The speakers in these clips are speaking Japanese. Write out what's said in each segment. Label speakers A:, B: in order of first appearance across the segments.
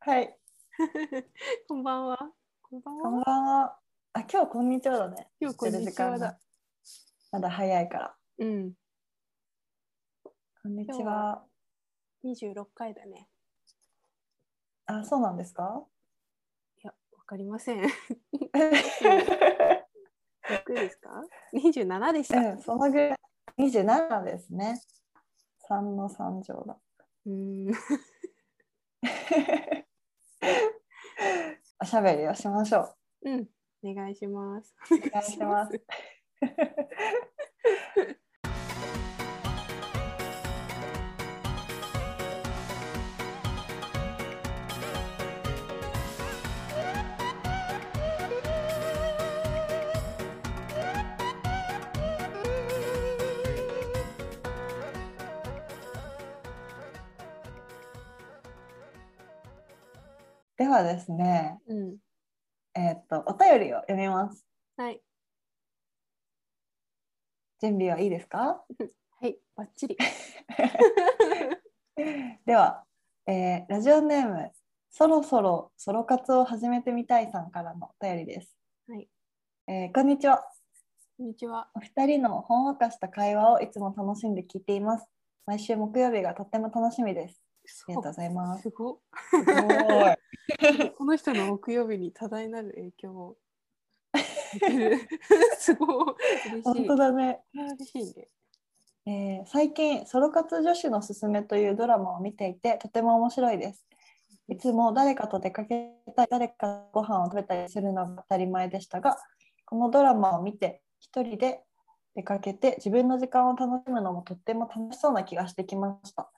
A: はい。
B: こんばんは。こんばん
A: こ
B: は。
A: んばんは。あ、今日こんにちはだね。
B: 今日こんにちはだ。
A: まだ早いから。
B: うん。
A: こんにち
B: 今日は
A: は。
B: 二十六回だね。
A: あ、そうなんですか。
B: いや、わかりません。い
A: う
B: くですか？二十七
A: 、
B: でした。うん
A: そのぐらい。二十七ですね。三の三乗だ。
B: ーん。
A: おしゃべりをしましょう。
B: うん。お願いします。
A: お願いします。ではですね、
B: うん。
A: えーっと、お便りを読みます。
B: はい。
A: 準備はいいですか
B: はい。バッチリ。
A: では、えーラジオネームそろそろソロ活を始めてみたいさんからのお便りです、
B: はい
A: えーこんにちは
B: こんにちは。
A: お二人のほんわかした会話をいつも楽しんで聞いています毎週木曜日がとっても楽しみですありがとうございます
B: すごっ。
A: すごい
B: この人の木曜日に多大なる影響を。すごい。嬉し
A: 本
B: い。
A: 当だね、
B: 嬉しいね。
A: えー最近ソロ活女子のすすめというドラマを見ていてとても面白いですいつも誰かと出かけたり誰かとご飯を食べたりするのが当たり前でしたがこのドラマを見て一人で出かけて自分の時間を楽しむのもとっても楽しそうな気がしてきました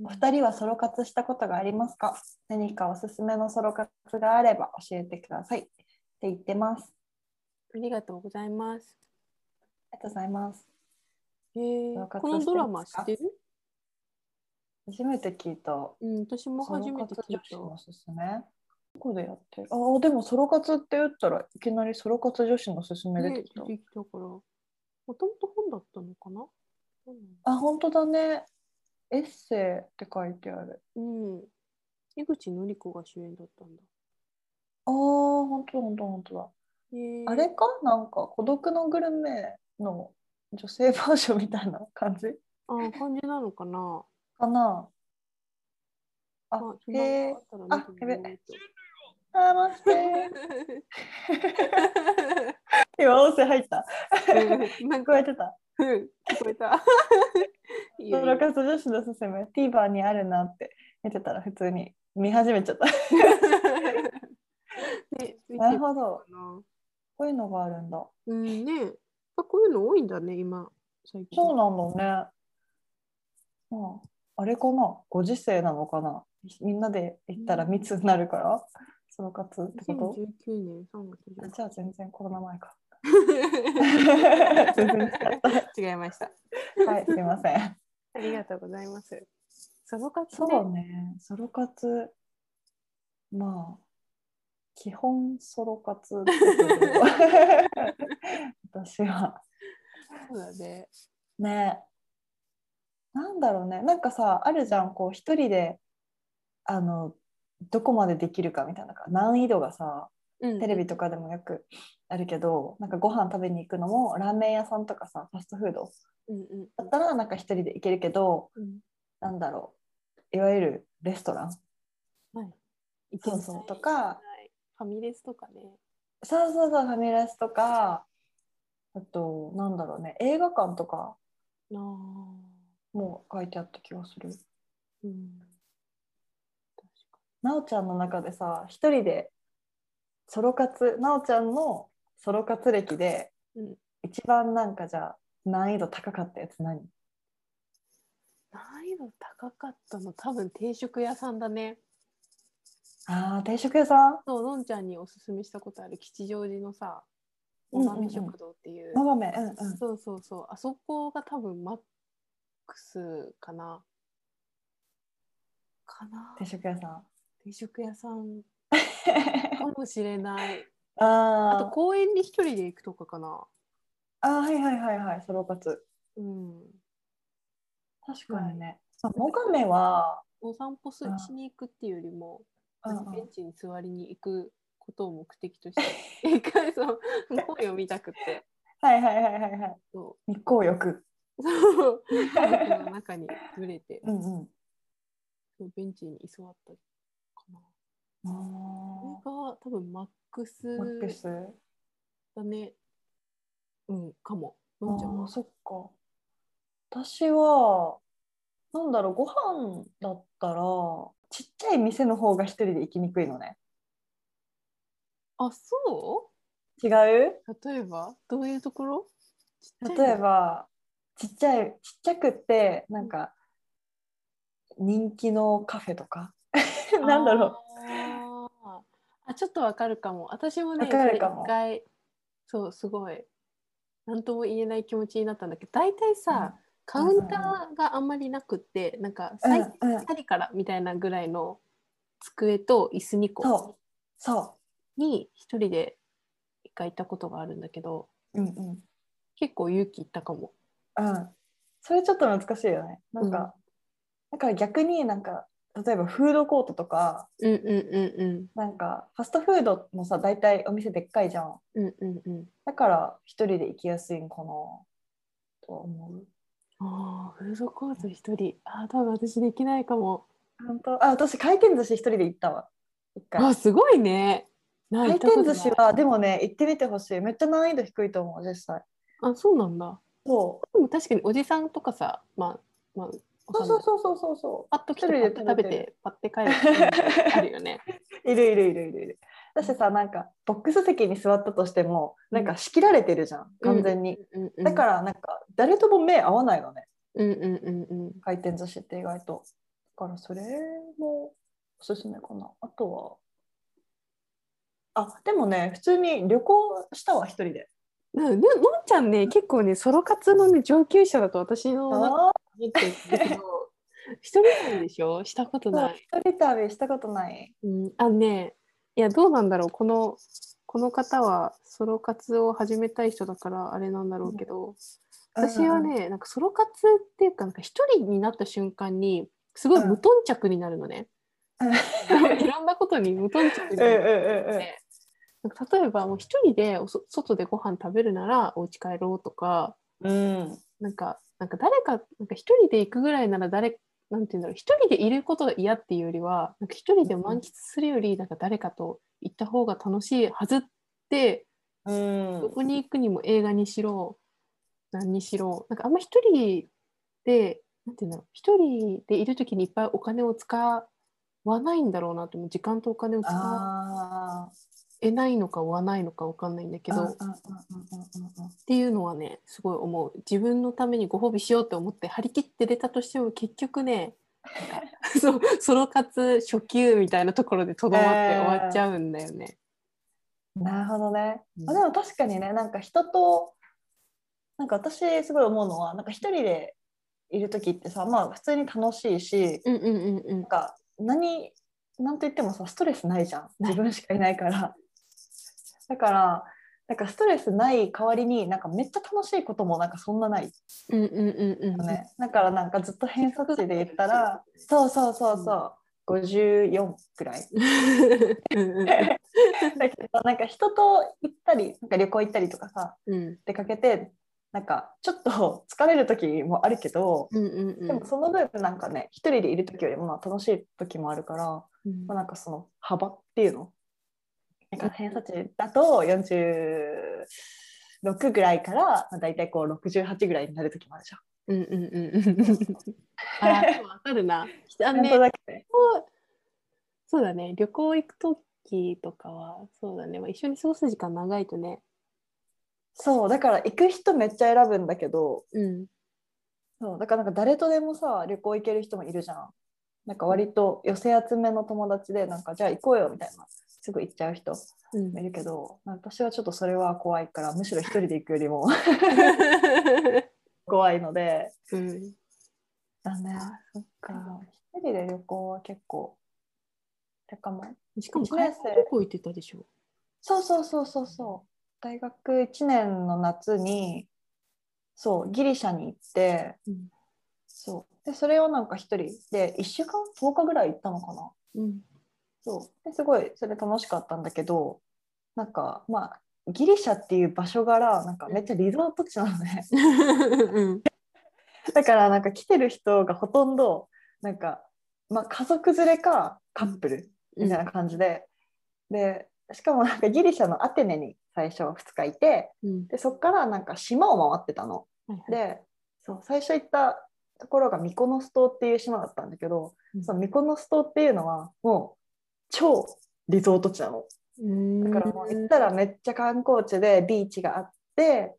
A: お二人はソロ活したことがありますか何かおすすめのソロ活があれば教えてくださいって言ってます
B: ありがとうございます。
A: ありがとうございます
B: えー
A: ソロ活
B: このドラマ知ってる？
A: 初めて聞いた
B: うん、私も初めて聞
A: ソ
B: いた。
A: ロ活女子のおすすめどこでやってるあーでもソロ活って打ったらいきなりソロ活女子のおすすめ出て
B: ね
A: きた、
B: 出てきたから。もともと本だったのかな
A: あ本当だねエッセイって書いてある
B: うん。江口のり子が主演だったんだ。
A: あー本当本当本当だ、
B: えー
A: あれかなんか孤独のグルメの女性バージョンみたいな感じ
B: あ感じなのかな
A: かなあ、
B: まあ
A: へ
B: 暇
A: え
B: があったら見てみよう
A: あやあー待って今音声入った
B: と うんなん
A: 聞こ
B: か、
A: えてた
B: うん聞こえた。いい
A: ソ
B: よ
A: ロ活女子のおすすめ TVer にあるなって見てたら普通に見始めちゃった
B: ね、見
A: な
B: て
A: る
B: るか
A: ほど
B: な。
A: こういうのがあるんだ。
B: うんね。やっぱこういうの多いんだね、今。最近。
A: そうなんだね。まあ、あれかなご時世なのかなみんなで行ったら密になるから、ソロ活ってこ
B: 2019年3月
A: と
B: 1
A: じゃあ全然コロナ 前か。
B: 日
A: 全然違った。
B: 違いました。
A: はい、すいません。
B: ありがとうございます。ソロ活
A: そ
B: ね
A: うね、ソロ活、まあ、基本ソロ活だけ ど私は。
B: そうだね。
A: ねなんだろうねなんかさあるじゃんこう一人であのどこまでできるかみたいな難易度がさ
B: うん
A: テレビとかでもよくあるけどなんかご飯食べに行くのもラーメン屋さんとかさファストフード
B: うんうん
A: だったらなんか一人で行けるけど
B: うん。
A: なんだろういわゆるレストラン
B: はい。
A: そうそうとか
B: ファミレスとかね。
A: そうそうそうファミレスとかあとなんだろうね映画館とか
B: なあ。
A: も書いてあった気がする。
B: うん。確か
A: なおちゃんの中でさ一人でソロ活なおちゃんのソロ活歴で、
B: うん
A: 一番なんかじゃあ難易度高かったやつ何
B: 難易度高かったの多分定食屋さんだね。
A: あー定食屋さん
B: そう、のんちゃんにおすすめしたことある吉祥寺のさ、
A: うんうん
B: お
A: うん
B: 豆食堂っていう。
A: のばめうんうん
B: そうそうそう。あそこが多分マックスかな。かな。
A: 定食屋さん
B: 定食屋さんかもしれない。あと
A: あー
B: 公園に一人で行くとかかな。
A: あーはいはいはいはいソロ活
B: うん。
A: 確かにね、まあ、のばめは
B: お散歩す
A: うん
B: しに行くっていうよりも、
A: うんうん
B: ベンチに座りに行くことを目的として 一回その声を見たくて
A: はいはいはいはいはい。
B: そ
A: 日光浴。
B: うそう家族の中にぶれて
A: うんうん。
B: そうベンチに居座ったかな。
A: あ
B: これが多分マック
A: ー
B: ス
A: マックス。
B: だね。うん、かも。
A: あ
B: のんちゃん
A: ー
B: は。
A: そっか。私は、なんだろう、ご飯だったら、ちっちゃい店の方が一人で行きにくいのね。
B: あ、そ
A: 違う
B: う例えばどういうところちっちゃい
A: 例えば、ちっちゃい、ちっちゃくって、なんか、人気のカフェとか。 なんだろう。
B: う。あーあ、ちょっとわかるかも。私もね、
A: わかるかも
B: それ一回、そう、すごい、なんとも言えない気持ちになったんだけど、大体さ、カウンターがあんまりなくって、なんか、
A: うん
B: 最
A: うん
B: 2人からみたいなぐらいの机と椅子2個
A: そう。そ
B: に一人で一回行ったことがあるんだけど、
A: う。うんうん。
B: 結構勇気いったかも。
A: うん、それちょっと難しいよね。なんか、だから逆になんか例えばフードコートとか
B: うんうんうんうん。
A: なんかファストフードもさ大体お店でっかいじゃん。
B: うんうんうん。
A: だから一人で行きやすいんかなとは思う。
B: ああ、フードコート一人。ああ、多分私できないかも。
A: 本当あ私回転寿司一人で行ったわ。一
B: あ
A: 回
B: すごいね。ない
A: 回転寿
B: 行
A: 司
B: ったこ
A: はでもね行ってみてほしい。めっちゃ難易度低いと思う実際。
B: とないあ、そうなんだ。
A: そ
B: でも確かにおじさんとかさ、まあ、まあ、
A: う
B: わかんない
A: そうそうそうそうそ
B: パッと来て、
A: 一
B: パ
A: 人で
B: ッと
A: 食
B: 食べ
A: べて
B: て、パッて帰るっていうのあるよ ね。
A: う。いるいるいるいるいる。だしさなんかボックス席に座ったとしてもなんか仕切られてるじゃん完全に。
B: うんうん、、
A: だかららなんか誰とも目合わないのね
B: うんうんうんうん。
A: 回転寿司って意外とだからそれもおすすめかなあとはあでもね普通に旅行したわ一人で
B: なののんちゃんね、結構ね、ソロ活のね、上級者だと私の中
A: あ
B: で思ってるんだけど、一人旅でしょしたこと
A: ー
B: ない。
A: 一人旅したことない
B: うん、あのねいやどうなんだろうこのこの方はソロ活を始めたい人だからあれなんだろうけど、私はね、なんかソロ活っていうかなんか一人になった瞬間にすごい無頓着になるのね、
A: うん
B: いろんなことに無頓着
A: う
B: に
A: ん
B: な
A: うんう
B: る、
A: んうん
B: なんか例えばもう一人でおそ外でご飯食べるならお家帰ろうとか
A: うん
B: なんかなんか誰かなんか一人で行くぐらいなら誰なんて言うんだろう一人でいることが嫌っていうよりはなんか一人で満喫するよりなんか誰かと行った方が楽しいはずって、
A: うん
B: どこに行くにも映画にしろ何にしろなんかあんま一人でなんて言うんだろう一人でいる時にいっぱいお金を使わないんだろうなってもう時間とお金を使
A: あー
B: えないのか追わないのか分かんないんだけ
A: うん
B: ど、
A: うんうん
B: っ
A: うんうんうん
B: ていうのはねすごい思う自分のためにご褒美しようって思って張り切って出たとしても結局ね そうソロ活初級みたいなところでとどまって終わっちゃうんだよね。
A: なるほどね。
B: うん
A: あでも確かにねなんか人となんか私すごい思うのはなんか一人でいる時ってさまあ普通に楽しいし
B: うんうんうんうん
A: なんか何なんと言ってもさストレスないじゃん
B: ない
A: 自分しかいないから。だからなんかストレスない代わりになんかめっちゃ楽しいこともなんかそんなない
B: うんうんうんうん
A: よね、だからなんかずっと偏差値で言ったらそうそうそうそう、54くらい
B: うんうんうん
A: だけ どなんか人と行ったりなんか旅行行ったりとかさ
B: うん
A: 出かけてなんかちょっと疲れる時もあるけど、
B: うんうんうん
A: でもその分なんかね一人でいる時よりもまあ楽しい時もあるから、
B: うん
A: まあ、なんかその幅っていうのなんか偏差値だと46ぐらいから、まあ、大体こう68ぐらいになる時もあるじ
B: うんうんうんうんあーでもわかるな。
A: ゃ
B: あ
A: ん。本
B: のね
A: 当だけどね
B: そうだね旅行行く時とかはそうだね、まあ、一緒に過ごす時間長いとね。
A: そうだから行く人めっちゃ選ぶんだけど
B: うん
A: そうだからなんか誰とでもさ旅行行ける人もいるじゃん。なんか割と寄せ集めの友達でなんかじゃあ行こうよみたいなすぐ行っちゃう人
B: うん
A: いるけど私はちょっとそれは怖いからむしろ一人で行くよりも 怖いので
B: うん
A: だね
B: あ
A: そっ
B: か
A: 一人で旅行は結構あれかも
B: しかも
A: 一
B: 海
A: 年生
B: 外旅行行ってたでしょ。
A: そうそうそうそうそう大学1年の夏にそうギリシャに行って
B: うん
A: そうでそれをなんか一人で1週間10日ぐらい行ったのかな
B: うん
A: そうですごいそれ楽しかったんだけどなんかまあギリシャっていう場所柄なんかめっちゃリゾート地なの ね
B: うん
A: だからなんか来てる人がほとんどなんか、まあ、家族連れかカップルみたいな感じで、でしかもなんかギリシャのアテネに最初2日いて
B: うん
A: でそっからなんか島を回ってたの。
B: はいはい
A: でそう最初行ったところがミコノス島っていう島だったんだけど、
B: うん
A: そのミコノス島っていうのはもう超リゾート地なの。だからもう行ったらめっちゃ観光地でビーチがあって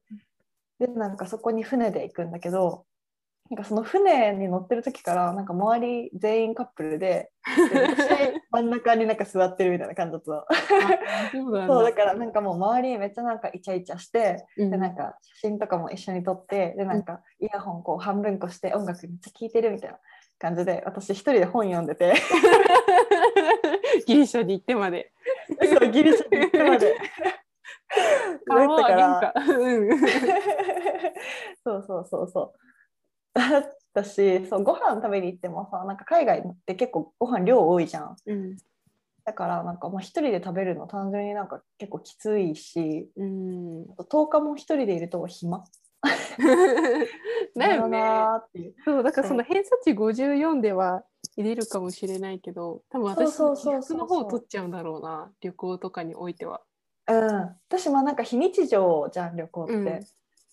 A: でなんかそこに船で行くんだけどなんかその船に乗ってる時からなんか周り全員カップルでで私真ん中になんか座ってるみたいな感じだったの
B: あそうなんだ
A: そうだからなんかもう周りめっちゃなんかイチャイチャして
B: うん
A: でなんか写真とかも一緒に撮ってでなんかイヤホンこう半分こして音楽めっちゃ聴いてるみたいな感じで私一人で本読んで て
B: ギリシャに行ってまで。
A: そうギリシャに行ってま で
B: 顔を
A: だったから
B: 上げんか。
A: そうそうそうそう。だったしそうご飯食べに行ってもさなんか海外って結構ご飯量多いじゃん
B: うん。
A: だからなんかまあ一人で食べるの単純になんか結構きついし
B: うん。
A: あと10日も一人でいると暇
B: だよね。
A: なーっていう
B: そう、だからその偏差値54では入れるかもしれないけど、多分私、
A: そうそうそうそう
B: 逆の方を取っちゃうんだろうな、旅行とかにおいては。
A: うん私まあなんか非日常じゃん旅行って、
B: うん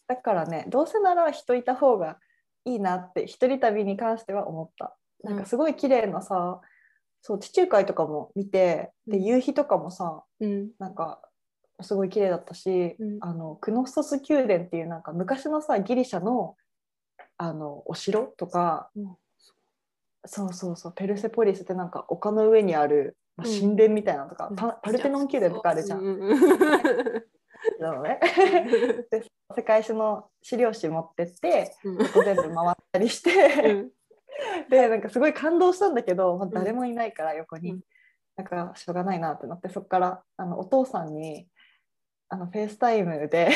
A: だからねどうせなら人いた方がいいなって一人旅に関しては思ったなんかすごい綺麗なさ、そう地中海とかも見てで夕日とかもさ
B: うん。
A: なんかすごい綺麗だったし、
B: うん
A: あのクノストス宮殿っていうなんか昔のさギリシャのあのお城とか、
B: うん
A: そうそうそうペルセポリスってなんか丘の上にある、まあ
B: うん
A: 神殿みたいなのとか、パパルテノン宮殿とかあるじゃん。
B: ううん
A: なのねで世界史の資料誌持ってって
B: うん
A: そこ全部回ったりして、 でなんかすごい感動したんだけど、まあ、
B: ん
A: 誰もいないから横に、
B: うん
A: なんかしょうがないなってなってそこからあのお父さんにあのフェイスタイムで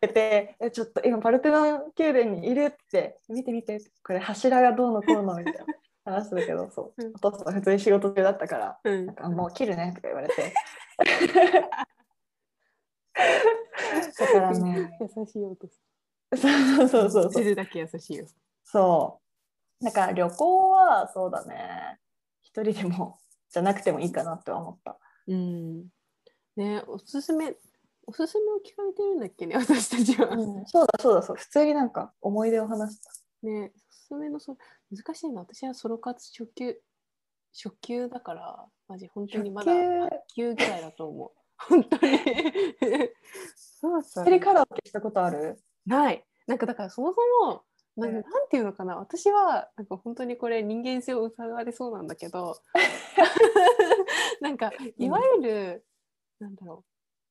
A: けてえちょっと今パルテノン宮殿にいるって見て見てこれ柱がどうのこうのみたいな話だけどそう、
B: うん
A: お父さん普通に仕事中だったから
B: うん
A: なんかもう切るねとか言われてだからね
B: 優しい音。
A: そうそうそうそう
B: 知るだけ優しいよ。
A: そうだから旅行はそうだね一人でもじゃなくてもいいかなって思った
B: うん。ね、おすすめ、おすすめを聞かれてるんだっけね、私たちは。
A: うんそうだそうだそう普通になんか思い出を話した
B: ね、おすすめのそ、難しいな、私はソロ活初級、初級だから、マジ本当にまだ
A: 初
B: 級ぐらいだと思う。 本当に。そうそう
A: 一人カラオケしたことある
B: ない。なんかだからそもそも、なん
A: うん
B: なんていうのかな、私はなんか本当にこれ人間性を疑われそうなんだけ ど、なんかいわゆる、なんだろう、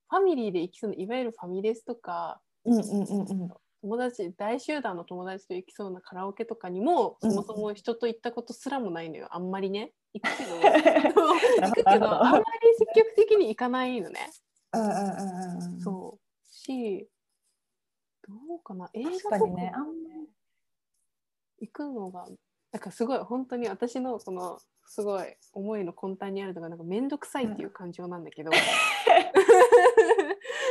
B: ファミリーで行きそうな、いわゆるファミレスとか、
A: うんうん うんうん
B: 友達大集団の友達と行きそうなカラオケとかに
A: う
B: もそ
A: ん
B: もそも人と行ったことすらもないのよあんまりね行くけ ど行くけどあんまり積極的に行かないのね、
A: うんうんうんうん
B: そうしどうかな映
A: 確
B: 画
A: か
B: とか
A: にねあんまり
B: 行くのがなんかすごい本当に私のそのすごい思いの根底にあるのがなんか面倒くさいっていう感情なんだけど、
A: うんうん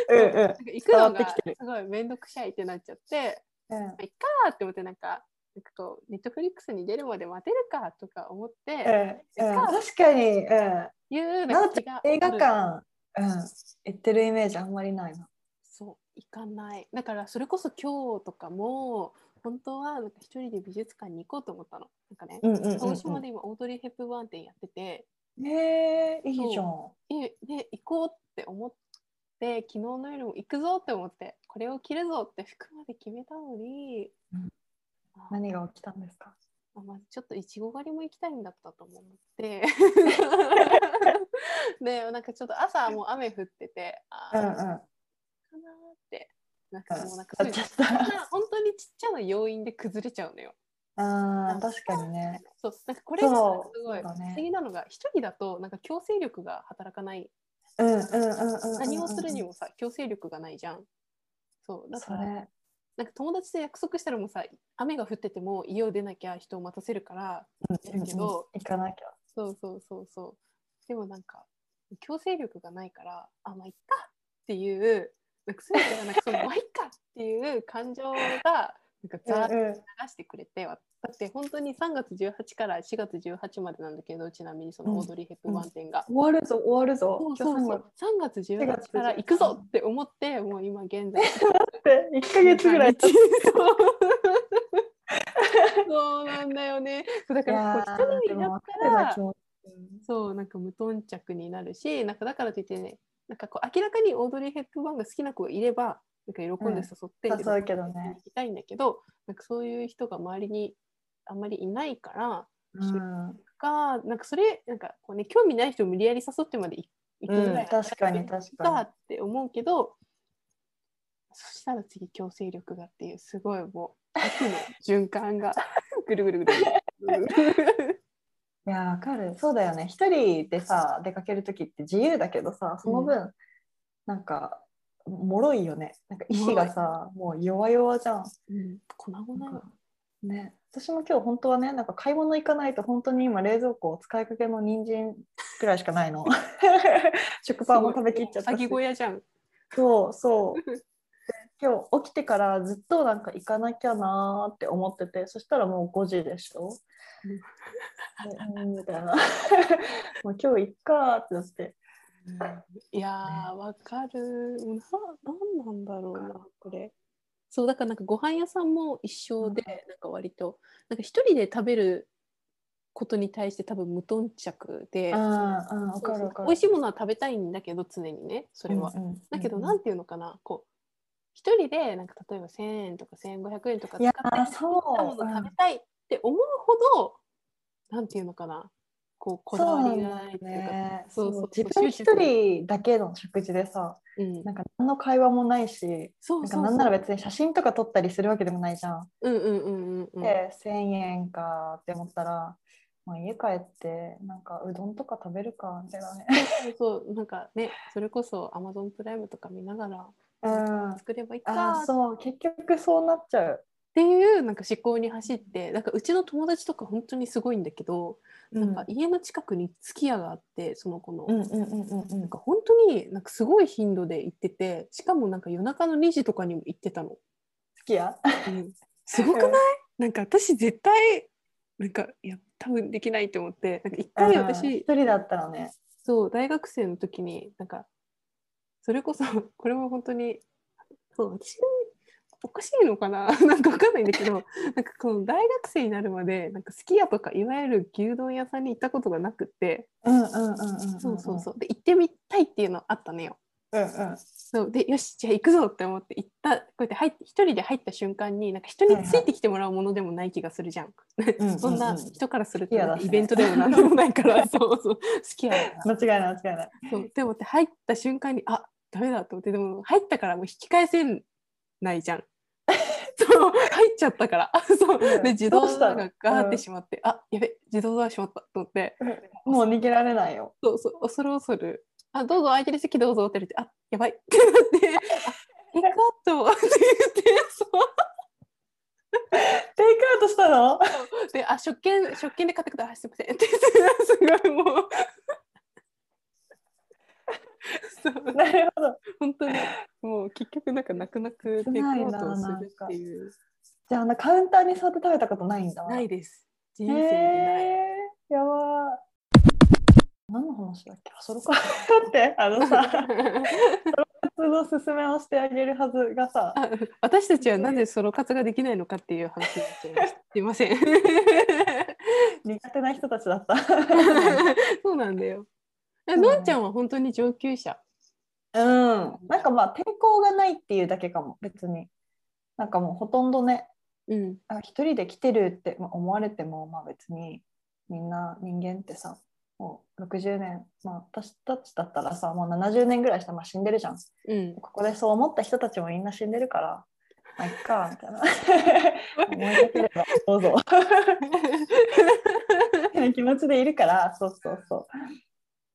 B: なんか行くの
A: 伝わって
B: が
A: きてる
B: すごい面倒くさいってなっちゃって。
A: うん
B: まあいっかーって思ってなんかなんかこうネットフリックスに出るまで待てるかとか思っ
A: う
B: て
A: んうん確かに、うん、
B: いう
A: な
B: な
A: お
B: んか
A: ち
B: 気が
A: ゃん映画館、うん、行ってるイメージあんまりないな。
B: そう行かないだからそれこそ今日とかも本当はなんか一人で美術館に行こうと思ったのなんかね
A: うんうんうん、
B: 鹿児島で今オードリー・ヘップバーン展やってて
A: ねえいいじゃん。
B: えで行こうって思って昨日の夜も行くぞって思ってこれを着るぞって服まで決めたのに、
A: うん
B: あー
A: 何が起きたんですか。
B: あまずちょっといちご狩りも行きたいんだったと思 って。でなんかちょっと朝もう雨降っててあ
A: う
B: ー
A: んう。
B: かなんーってなんかもうなんか
A: うん
B: そういう
A: ち
B: ち
A: ょ
B: っ
A: っと
B: ちゃな本当にちっちゃな要因で崩れちゃうのよ。
A: ああ確かにね。
B: そうなんかこれ
A: そ
B: が
A: う
B: なんか
A: そうだ
B: すごい
A: ね
B: 不思議なのが一人だとなんか強制力が働かない
A: うんうんうんうんうん。
B: 何をするに。もさ強制力がないじゃん。そうだ
A: そ
B: から
A: れ。
B: なんか友達と約束したらもうさ雨が降ってても家を出なきゃ人を待たせるから
A: うんうんうん
B: けど
A: 行かなきゃ。
B: そうそうそうそう。でもなんか、強制力がないから、あ、まあ、いっかっていう、なんかそういうのがなんかその、まあ、いっかっていう感情が、なんかザーッと
A: うんうん
B: 流してくれて、だって本当に3月18から4月18までなんだけど、ちなみにそのオードリー・ヘップバーン展が。
A: 終わるぞ終わるぞ
B: そうそう
A: 今日
B: そ
A: 三
B: う3月18から行くぞって思って、もう今現在。
A: 月って1ヶ月ぐらい経っ
B: そうそうなんだよね。そうだ
A: て
B: から、こう人
A: で
B: にな
A: も
B: っ
A: 分か
B: た
A: るな
B: ら
A: 気、持ち
B: そうなんか無頓着になるしなんかだからといってねなんかこう明らかにオードリー・ヘップバーンが好きな子がいればなんか喜んで誘って、
A: うん誘うけどね
B: 行きたいんだけどなんかそういう人が周りにあんまりいないから
A: うん
B: かなんかそれなんかこう、ね、興味ない人を無理やり誘ってまで行行くぐらい、
A: うん確かに確かに
B: って思うけどそしたら次強制力がっていうすごいも う悪の循環がぐるぐるぐるぐる。
A: いやわかるそうだよね一人でさ出かける時って自由だけどさその分、なんか脆いよねなんか意志がさもう弱々じゃん
B: うん、粉々
A: なん
B: よ
A: かね私も今日本当はねなんか買い物行かないと本当に今冷蔵庫を使いかけの人参くらいしか ないの食パンも食べきっちゃった
B: す
A: し
B: ごいもう小屋じゃん。
A: そうそうで今日起きてからずっとなんか行かなきゃなーって思っててそしたらもう5時でしょ、でうんみたいな もう今日行っかーってなって
B: いやー、わかる。な、なんなんだろうな、これ。そう、だからなんかご飯屋さんも一緒で、なんか割と、なんか一人で食べることに対して多分無頓着で、
A: ああわかる
B: そう
A: わ
B: そ
A: か
B: う
A: る
B: 美味しいものは食べたいんだけど、常にね、それは。
A: うんうん
B: だけど、
A: うん
B: なんていうのかな、こう、一人で、なんか例えば1000円とか1500円とか
A: い
B: 使
A: や
B: っ
A: ー
B: て、好きなも
A: そう
B: の食べたいって思うほど、なんていうのかな、こう、こだわりがないって
A: そう
B: い
A: な
B: うんか
A: だよね
B: そうそう
A: 自分
B: 集
A: 一
B: 中する
A: 人だけの食事でさ
B: うん
A: なんか何の会話もないし
B: そう
A: なん
B: そ
A: か
B: うそ
A: なん
B: う
A: なら別に写真とか撮ったりするわけでもないじゃん。
B: うんうんうんうんうん。
A: で1,000円かって思ったら、まあ、家帰ってなんかうどんとか食べるかみたいなね。
B: そうそうなんかねそれこそアマゾンプライムとか見ながら
A: うん
B: 作ればいいか
A: あー
B: っ
A: そう結局そうなっちゃう。
B: ていうなんか思考に走ってなんかうちの友達とか本当にすごいんだけど、なんか家の近くにすき家があってその子の、
A: うんうんうんうんう
B: なん
A: ん
B: か本当になんかすごい頻度で行っててしかもなんか夜中の2時とかにも行ってたの。
A: 好きや。
B: うんすごくないなんか私絶対なんかいや多分できないと思ってなんか一回
A: うん
B: 私
A: 一人だったらね。
B: そう大学生の時になんかそれこそ これも本当にそう私おかしいのかな なんかわかんないんだけどなんかこの大学生になるまでなんかすき家とかいわゆる牛丼屋さんに行ったことがなくって
A: うんうんうんうんんん。
B: そうそうそうで行ってみたいっていうのあったのよ。
A: うんうん。
B: そうでよしじゃあ行くぞって思って行ったこうやって入って一人で入った瞬間になんか人についてきてもらうものでもない気がするじゃん。
A: うんうんうん
B: そんな人からすると
A: すき家だしね
B: イベントでもなんでもないから そうそう好きや
A: 間
B: な。
A: 違いない間違いない。
B: そうでもって入った瞬間にあダメだと思ってでも入ったからもう引き返せないじゃん。 そう入っちゃったから あそ
A: うん
B: うで自動ド
A: ど
B: ア
A: う
B: が
A: したの
B: ガーっ
A: うん
B: てしまって、あやべ自動ドア閉まったと思って
A: もう逃げられないよ。
B: そうそう恐る恐る「あどうぞ空いてる席どうぞ」って言って「あやばい」ってな って「あテイクアウト」って言ってそう
A: テイクアウトしたの？
B: であ食券食券で買ってくださいあすいませんって言ってすごい もうそう
A: なるほど。
B: 本当にもう結局なんか泣く泣くテイクアウトをするっていう
A: じゃああのカウンターに座って食べたことないんだ。
B: ないです人生でない、
A: えー、やばー何の話だっけあそれ かだってあのさ活の勧めをしてあげるはずがさ
B: あ私たちはなぜソロ活ができないのかっていう話になっちゃいました すいません
A: 苦手な人たちだった
B: そうなんだよ
A: う
B: のんちゃんは本当に上級者
A: うんなんかまあ抵抗がないっていうだけかも別になんかもうほとんどね
B: うん
A: あ一人で来てるってまあ思われてもまあ別にみんな人間ってさもう60年、まあ、私たちだったらさもう70年ぐらいしたらまあ死んでるじゃん
B: うん
A: ここでそう思った人たちもみんな死んでるから、まあ、いっか、みた いな。思い出せれば、どうぞ。みたいな気持ちでいるから、そうそうそう。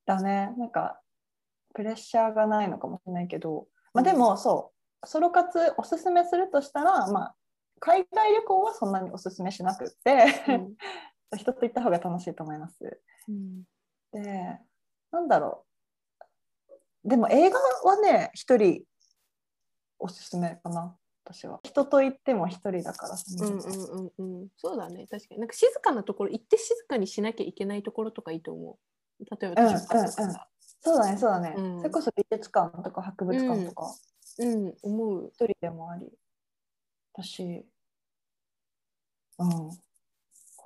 A: だね、なんか、プレッシャーがないのかもしれないけど、まあでも、そう、ソロ活おすすめするとしたら、まあ、海外旅行はそんなにおすすめしなくって、 人と行った方が楽しいと思います。
B: うん
A: で、なんだろう。でも映画はね、一人おすすめかな、私は。人と行っても一人だからさ、
B: うんうんうんうんそうだね確かになんか静かなところ行って静かにしなきゃいけないところとかいいと思う例えば
A: うん
B: 図書館とかさ
A: そうだね、そうだね。
B: うん
A: それこそ美術館とか博物館とか、
B: うん思う
A: 一人でもあり。私、うん、か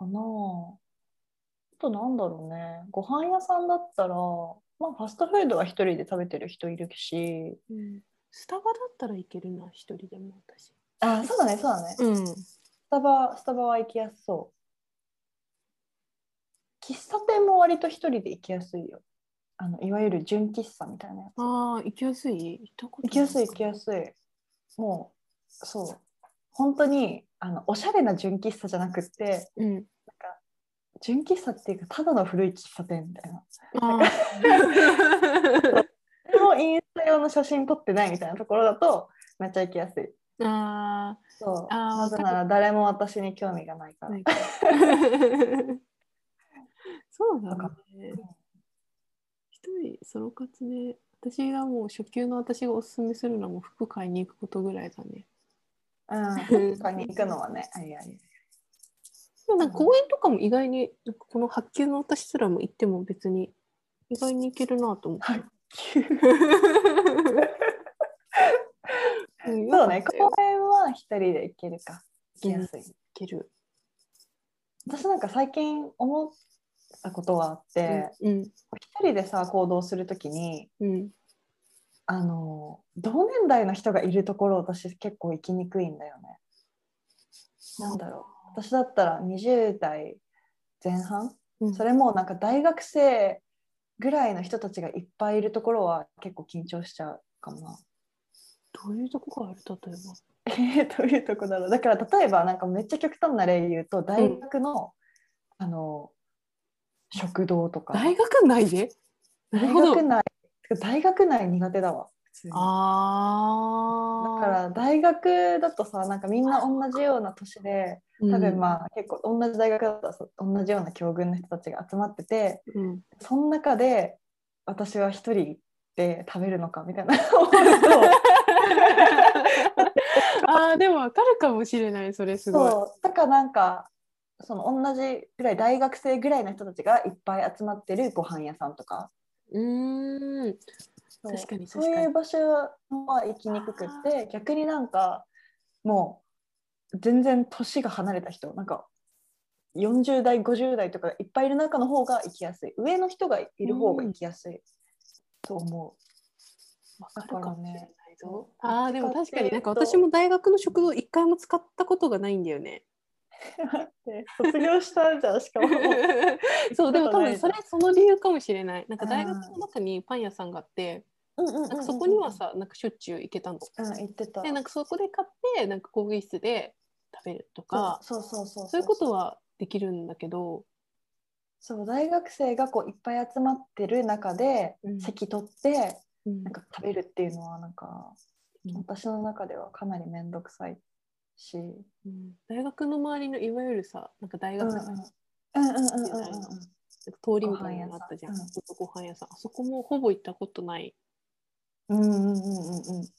A: なああとなんだろうね。ご飯屋さんだったら、まあ、ファストフードは一人で食べてる人いるし、
B: スタバだったらいけるな一人でも私
A: あ、そうだね、そうだね。
B: うん
A: スタバ、スタバは行きやすそう。喫茶店も割と一人で行きやすいよ。あの、いわゆる純喫茶みたいなやつ。
B: ああ行きやすい行ったこと
A: 行きやすい、行きやすい。もう、そう。本当に、あの、おしゃれな純喫茶じゃなくって、
B: い うん
A: 純喫茶っていうか、ただの古い喫茶店みたいな。
B: あー
A: でも、インスタ用の写真撮ってないみたいなところだと、めっちゃ行きやすい。
B: あ
A: そう。
B: あ
A: な
B: ー
A: ぜなら、誰も私に興味がないか
B: ー
A: ら。
B: なんかそうだね一人ソロ活ね私がもう初級の私がおすすめするのはもう服買いに行くことぐらいだね
A: うん。他に行くのはね、ありあり。
B: でもなんか公園とかも意外になんかこの発球の私すらも行っても別に意外に行けるなと思って。
A: はい
B: うん
A: そうね、
B: よかった
A: 公
B: よ
A: 園は一人で行けるか。行きやすい。
B: 行ける。
A: 私なんか最近思ったことがあって、
B: うん
A: 一人でさ、行動するときに、
B: うん
A: あの、同年代の人がいるところ、私結構行きにくいんだよね。なんだろう。私だったら20代前半
B: うん
A: それもなんか大学生ぐらいの人たちがいっぱいいるところは結構緊張しちゃうかもな。
B: どういうとこがある例えば。
A: えーどういうとこだろうだから例えばなんかめっちゃ極端な例言うと大学の、あの食堂とか
B: 大学内でなる
A: 大
B: ほど
A: 学内大学内苦手だわ普通にだ
B: ああ。
A: から大学だとさなんかみんな同じような年で
B: うん
A: 多分まあ結構同じ大学だとさ同じような境遇の人たちが集まってて
B: うん
A: その中で私は一人で食べるのかみたいな思うと。
B: あーでもわかるかもしれないそれすごい。
A: そうだからなんかその同じぐらい大学生ぐらいの人たちがいっぱい集まってるご飯屋さんとか
B: うーん
A: そう
B: 確かに
A: そう
B: 確か
A: い
B: に
A: う場所は行きにくくって逆になんかもう全然年が離れた人なんか40代50代とかいっぱいいる中の方が行きやすい上の人がいる方が行きやすい、と思
B: わかるかもしれないぞ。
A: だからね
B: ああでも確かになんか
A: どっちかって
B: 私
A: いうと
B: も大学の食堂一回も使ったことがないんだよね。
A: うで 卒業したじゃんしか も
B: そうでも多分それその理由かもしれない。なんか
A: うん
B: 大学の中にパン屋さんがあって、
A: うんうんうんうん
B: なんかそこにはさなんかしょっちゅう行けたの。
A: うん行ってた
B: でなんかそこで買ってなんか講義室で食べるとか
A: そうそうそう
B: そういうことはできるんだけど、
A: そう大学生がこういっぱい集まってる中で、
B: うん
A: 席取って
B: うん
A: なんか食べるっていうのはなんか、
B: うん
A: 私の中ではかなり面倒くさいし、うん
B: うん大学の周りのいわゆるさなんか大
A: うん
B: 学
A: うん
B: の
A: うんうんうんうんうん
B: なんか通りみたいなのがあったじゃん。
A: ご
B: ご
A: 飯屋さん
B: 飯屋さん。あそこもほぼ行ったことない。
A: うんうんうんうんうん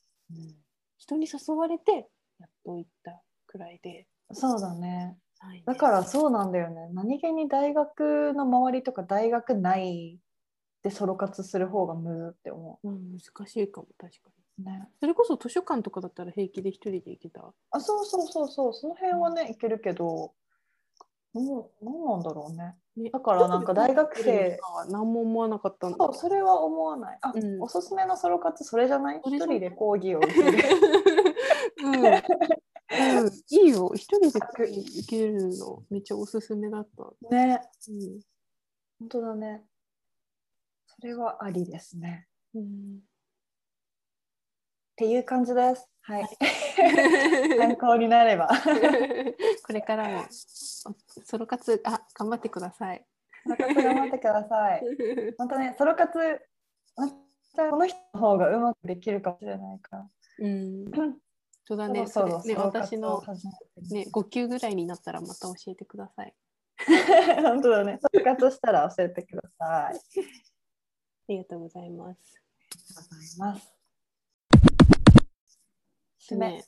B: 人に誘われてやっと行ったくらいで。
A: そうだね
B: ないね
A: だからそうなんだよね何気に大学の周りとか大学内でソロ活する方がむずって思
B: うん、難しいかも確かに。
A: うね
B: それこそ図書館とかだったら平気で一人で行けた。
A: あそうそうそうそうその辺はねいけるけどもう何なんだろうね
B: ね
A: だからなんか大学生
B: 一人で行けるのは何も思わなかったん
A: そ
B: だ
A: う。それは思わない。あ、
B: うん
A: おすすめのソロ活それじゃない？
B: そ
A: 一
B: れじゃない
A: 人で講義を受け る。
B: うん、うん、いいよ一人で行けるのめっちゃおすすめだった。
A: ね、
B: うん
A: 本当だね。それはありですね。
B: うん、
A: っていう感じです。はい。参考になれ ば。
B: これからもおソロ活あ頑張ってくだ さい。
A: ソロ活頑張ってください。本当ね、ソロ活、またこの人の方がうまくできるかもしれないから。
B: うん、そうだね。
A: そろそろ
B: それね
A: ソロ活
B: 私
A: を
B: の
A: 始めて
B: ね5級ぐらいになったらまた教えてください。
A: 本当だね。復活したら教えてください。あり
B: りがとうございます。
A: がとうございます。
B: でね、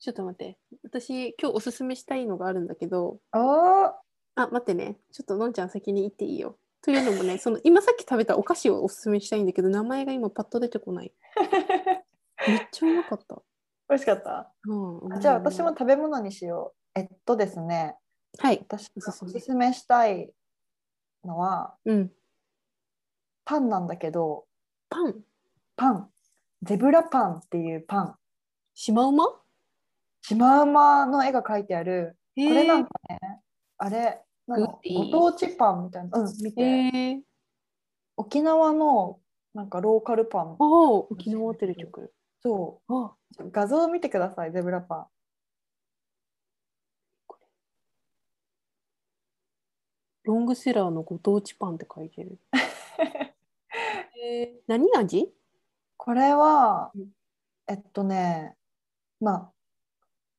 B: ちょっと待って。私、今日おすすめしたいのがあるんだけど、
A: おー
B: あ、待ってね。ちょっとのんちゃん先に行っていいよ。というのも ね、その今さっき食べたお菓子をおすすめしたいんだけど、名前が今パッと出てこない。めっちゃうまかった。
A: 美味しかった。
B: うん、
A: あじゃあ私も。食べ物にしよう。えっとですね、
B: はい。
A: 私
B: おすす
A: がおす
B: め
A: すめしたいのは
B: うん。
A: パンなんだけど、
B: パン。
A: パン。ゼブラパンっていうパン。
B: シマウマ
A: シマウマの絵が描いてある。
B: こ
A: これなんかね、あれ、なん
B: グッ
A: か
B: ディー
A: ご当地パンみたいな。うん、見て。
B: えー、
A: 沖縄のなんかローカルパン。
B: おお、沖縄テレ局。
A: そ
B: あ、
A: う。画像を見てください、ゼブラパン。
B: ロングセラーのご当地パンって書いて る。えー、何味
A: これは
B: うん、
A: えっとね、まあ、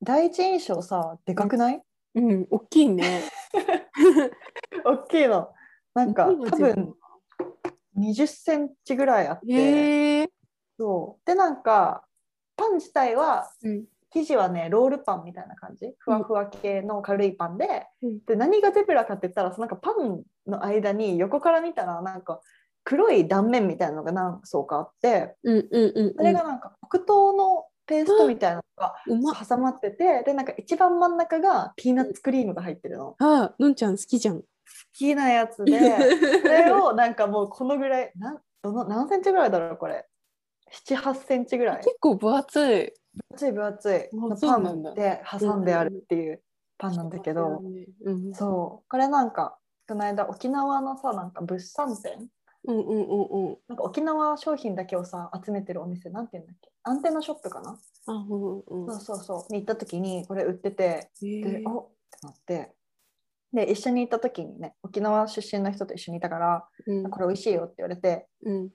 A: 第一印象さ、でかく ない
B: うん、大きいね。
A: 大きいの。なんか
B: 大きいの
A: 多
B: 全
A: 分20センチぐらいあって、
B: へえ
A: そう。で、なんか、パン自体は、
B: うん
A: 生地はね、ロールパンみたいな感じ。ふわふわ系の軽いパンで、
B: うん
A: で、何がゼブラかって言ったら、そのなんかパンの間に横から見たら、なんか黒い断面みたいなのが何層かあって、
B: うんうんうん。
A: それがなんか黒糖のペーストみたいなのが
B: うん、うまっ。
A: 挟まってて、で、なんか一番真ん中がピーナッツクリームが入ってるの。好
B: あー、のんちゃん好きじゃん。
A: きなやつで。それをなんかもうこのぐらいなんどの何センチぐらいだろうこれ78センチぐらい
B: 結構分厚い。
A: 分厚い分厚い
B: あ
A: の
B: そ
A: パ
B: うなんだ
A: ンで挟んであるっていうパンなんだけど、
B: うん、
A: そうこれなんかこの間沖縄のさなんか物産展
B: うんうんうんうん。
A: なんか沖縄商品だけをさ集めてるお店なんていうんだっけアンテナショップかな、
B: あ、うんう
A: そ
B: ん。
A: うそうそうに行った時にこれ売っててで
B: え
A: おってなってで一緒に行った時にね沖縄出身の人と一緒にいたから
B: うん
A: これ美味しいよって言われて
B: うん。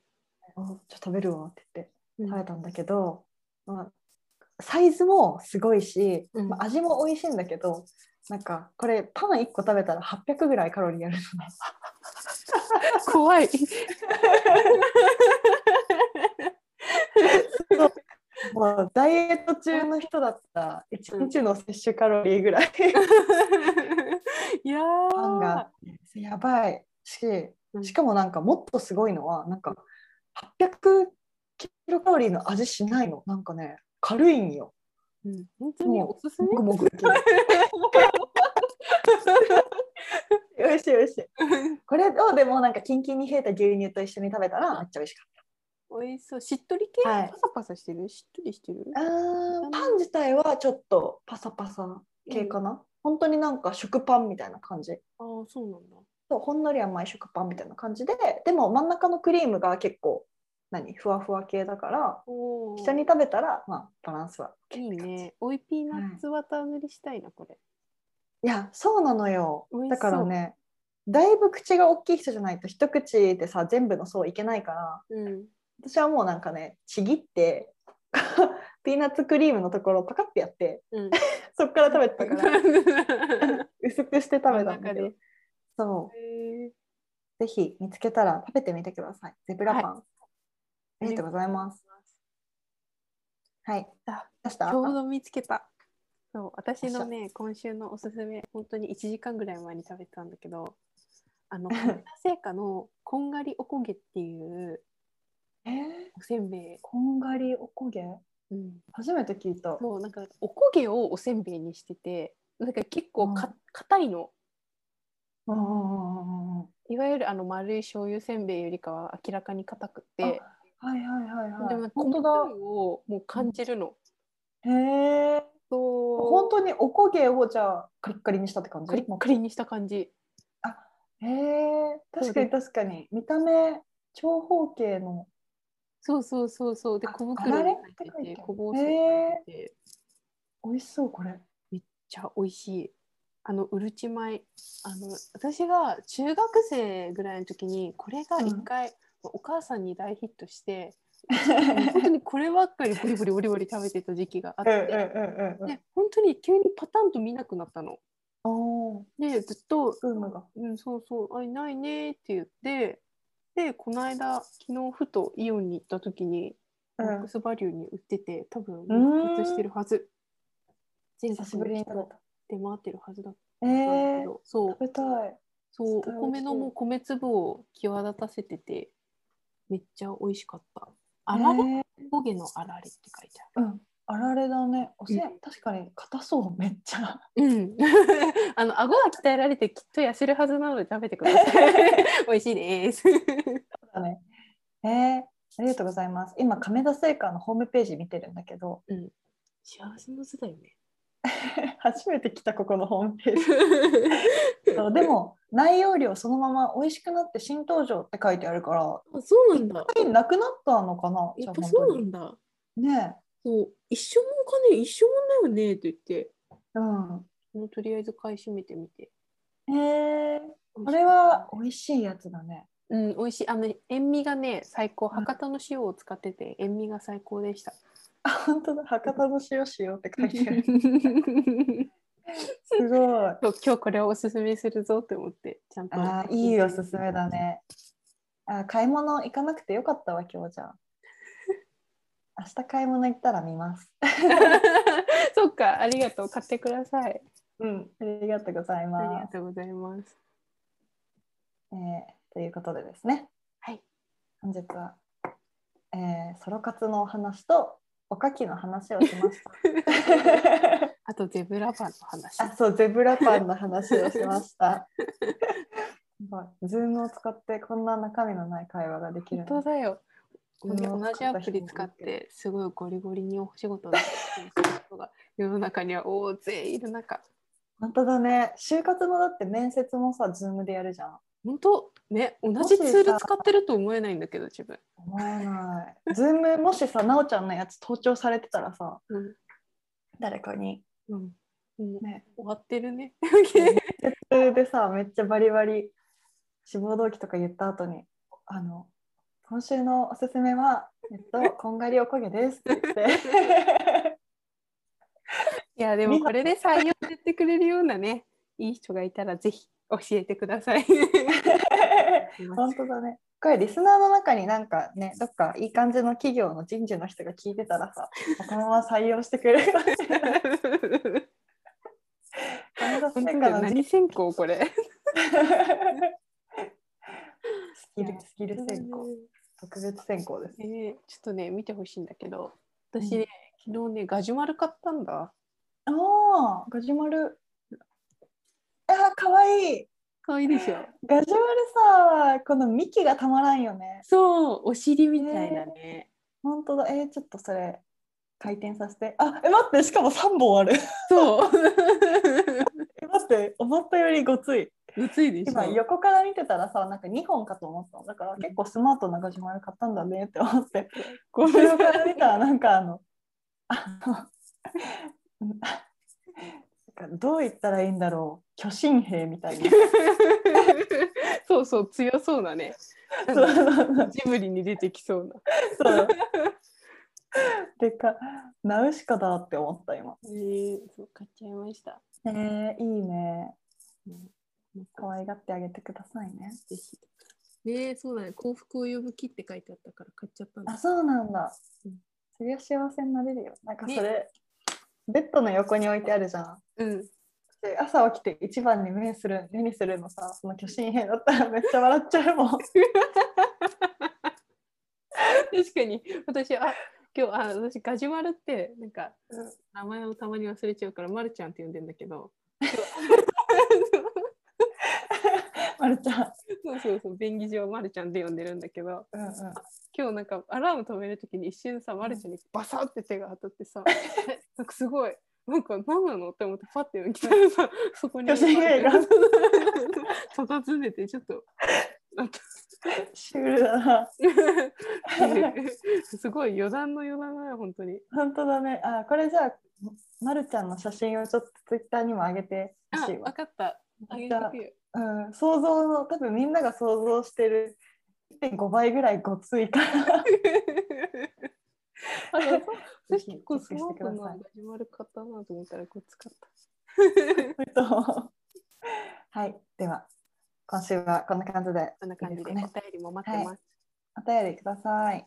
A: おじゃあ食べるわって言って
B: うん
A: 食べたんだけど、まあ、サイズもすごいし、
B: うん
A: まあ、味も美味しいんだけどなんかこれパン1個食べたら800ぐらいカロリーあるのね
B: 怖い。
A: もうダイエット中の人だったら1日の摂取カロリーぐらい
B: いや
A: パンがあってやばいし
B: うん
A: しかもなんかもっとすごいのはなんか800キロカロリーの味しないのなんかね軽いんよ。
B: うん、本当におすすめ
A: もぐもぐいける美味しい美味しい。これをでもなんかキンキンに冷えた牛乳と一緒に食べたらめっちゃ美味しかっ
B: 美味しそう。しっとり系、
A: はい
B: パサパサしてるしっとりしてる
A: た。あーパン自体はちょっとパサパサ系かな、本当になんか食パンみたいな感じ
B: ああ、そうなんだ。
A: そうほんのり甘い食パンみたいな感じででも真ん中のクリームが結構何ふわふわ系だから
B: おー
A: 一緒に食べたら、まあ、バランスはい
B: いね。おいピーナッツ綿塗りしたいな、これ。
A: いやそうなのよ
B: 美味しそ
A: だ
B: う
A: からねだいぶ口が大きい人じゃないと一口でさ全部の層いけないから
B: うん。
A: 私はもうなんかねちぎって ピーナッツクリームのところをパカッてやって
B: うん。
A: そっから食べてた から、薄くして食べたんだけど。そ
B: へ
A: う、ぜひ見つけたら食べてみてください。ゼブラパン。あ
B: ー
A: りがとうございます。。はい。
B: あ
A: 出した
B: ちょうど見つけた。そう、私のね、今週のおすすめ、本当に1時間ぐらい前に食べてたんだけど、あの、製菓のこんがりおこげっていう
A: えー
B: おせんべい。
A: こんがりおこげ
B: うん、
A: 初めて聞いた。
B: そうなんかおこげをおせんべいにしててなんか結構
A: う
B: か硬、いの
A: うんうんうんうんうん
B: いわゆるあの丸い醤油せんべいよりかは明らかに硬くて
A: はいはいはい
B: で
A: は
B: も
A: い。
B: こ
A: 本当
B: の部
A: だ。
B: 分をもう感じるの、
A: へえ。
B: そう
A: 本当におこげをじゃあカリッカリにしたって感じ
B: カリッカリにした感じ
A: へえ。確かに確かに。見た目、長方形の。
B: そうそうそうそうで
A: あ
B: 小
A: あら
B: 袋
A: れ
B: に入
A: って書い
B: ってて
A: ある
B: て小包装
A: へー
B: に入っててめっ
A: 美味しそう、これ。
B: ちゃ美味しいあのうるち米あの私が中学生ぐらいの時にこれが一回、お母さんに大ヒットして本当にこればっかりボリボリボリボリ食べてた時期があっ
A: うんうん
B: て
A: うんうんうん。
B: で本当に急にパタンと見なくなったの。
A: おうん、
B: でずっと
A: ブームが。
B: うん、そうそう、あいないねって言って、で、この間、昨日ふとイオンに行った時に、マックスバリューに売ってて、多分、復活してるはず。全
A: 久しぶりに
B: 国
A: 食
B: の
A: べ
B: 人
A: た。
B: 出回ってるはずだっ
A: え
B: たんだ
A: えー、
B: けど、そう
A: 食、べたい。
B: そう、お
A: 絶対美味
B: 米
A: しい
B: のもう米粒を際立たせてて、めっちゃ美味しかった。あられ、
A: えー
B: 焦げのあられって書いてある。
A: うん。あられだね。おせ
B: うん
A: ん、確かに硬そう、めっちゃ。
B: うん。 あの、顎は鍛えられてきっと痩せるはずなので食べてください。 美味しいです。
A: そうだね。えー、ありがとうございます。今、亀田製菓のホームページ見てるんだけど、
B: 幸せの図だよね。
A: 初めて来たここのホームページ。 そうでも、内容量そのまま美味しくなって新登場って書いてあるから、
B: あそうなんだ。
A: えなくなったのかなじ
B: や
A: ゃ
B: っ
A: あ
B: ぱ
A: 本
B: そ
A: 当
B: うな
A: に。
B: んだ。
A: ね
B: そう一緒もお金一緒もんだよねと言って、
A: え。うん。
B: もうとりあえず買い占めてみて。
A: えー、これは、美味しいやつだね。
B: うん、美味しい。あの塩味がね、最高。
A: うん
B: 博多の塩を使ってて、塩味が最高で した。
A: あ、本当だ。博多の塩塩って書いてあ る。
B: そう
A: す ごい。
B: 今日これをおすすめするぞって思って、ちゃんと。
A: あーいいおすすめだね。あー買い物行かなくてよかったわ、今日 じゃあ。明日買い物行ったら見ます。
B: そっか、ありがとう。買ってください。
A: うん、ありがとうござい
B: ありが
A: ます。
B: とうございます。
A: えーということでですね、
B: はい、
A: 本日は、えーソロ活のお話とおかきの話をしま した。
B: あと、ゼブラパンの話。
A: あそう、ゼブラパンの話をしました。ズームを使ってこんな中身のない会話ができる
B: 本
A: の
B: 当だよ。同じ
A: この
B: 同じアプリ使ってすごいゴリゴリにお仕事をしてる人が世の中には大勢いる中
A: 本当だね。就活のだって面接もさ、ズームでやるじゃん。
B: 本当ね同じツール使ってると思えないんだけど自分、
A: 思えない。ズームもしさ、なおちゃんのやつ盗聴されてたらさ、
B: うん
A: 誰かに、
B: うんうん、終
A: ね、
B: わってるね
A: それでさ、めっちゃバリバリ志望動機とか言った後に、あの、今週のおすすめは、えっ と、こんがりおこげですって言って、
B: いやでもこれで採用やってくれるようなねいい人がいたらぜひ教えてください
A: 本当だね。これリスナーの中になんかね、どっかいい感じの企業の人事の人が聞いてたらさ、このまま採用してく れるかもしれない。
B: 本当だよ何選考これ
A: スキルスキル選考、特別選考です。
B: ねちょっとね見てほしいんだけど
A: うん
B: 私ね、昨日ねガジュマル買ったんだ
A: ああ、ガジュマル。ああ、可愛いい。
B: 可愛いでしょ
A: ガジュマルさ、この幹がたまらんよね。
B: そうお尻みたいなね、
A: 本当だ。えー、ちょっとそれ回転させて。あ、え待って、しかも三本ある。
B: そう
A: え待って、思ったよりごつい。
B: むついでし
A: 今
B: ょ
A: 横から見てたらさ、なんか二本かと思ったの。だから結構スマートなガジュマル買ったんだねって思って。
B: ご
A: 後
B: めん
A: ろから見たらなんかあのあのうんなんかどう言ったらいいんだろう巨神兵みたいな
B: そうそう強そうなね
A: そうそうそう
B: ジブリに出てきそうな
A: そうでかナウシカだって思った今
B: えー、そう買っちゃいました
A: えー、いいね可
B: い
A: 愛がってあげてくださいね
B: いぜひねそうだね幸福を呼ぶ木って書いてあったから買っちゃったん
A: あ
B: だ
A: そうなんだ
B: うん
A: そりゃ幸せになれるよなんかそれ、
B: ね
A: ベッドの横に置いてあるじゃん
B: うん
A: で朝起きて一番に目する目にするのさその巨神兵だったらめ っちゃ笑っちゃうもん
B: 確かに私あ今日あ私ガジュマルってなんか
A: うん
B: 名前をたまに忘れちゃうからまるちゃんって呼んでんだけど
A: まるちゃん
B: そうそうそう便宜上まるちゃんって呼んでるんだけど
A: うんうん
B: 今日なんかアラーム止める時に一瞬さまるちゃんにバサって手が当たってさえなんかすごいなんか何なのって思ってパッて来たらさそこに
A: 巨神兵が
B: たたずねてちょっとなんか
A: シュールだな。
B: すごい余談の余談だよ本当に。
A: 本当だね。あ、これじゃあ、まるちゃんの写真をちょっとツイッターにも上げてほ
B: あ
A: しい
B: わ
A: わ。
B: かったあげてく よ。
A: うん、想像の、多分みんなが想像してる1.5倍ぐらいごついから。
B: あの
A: ぜ
B: 私
A: ひ
B: 結構スマー
A: チェックして
B: ト
A: くだ
B: な
A: さい
B: 始まる方なと思ったらこう使った。
A: えっと はい、では今週はこんな感じで
B: そんな感じで
A: いい
B: お
A: です
B: 便
A: かね
B: りも待ってます。
A: お便りください。あ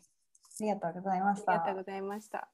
A: りがとうございました。
B: ありがとうございました。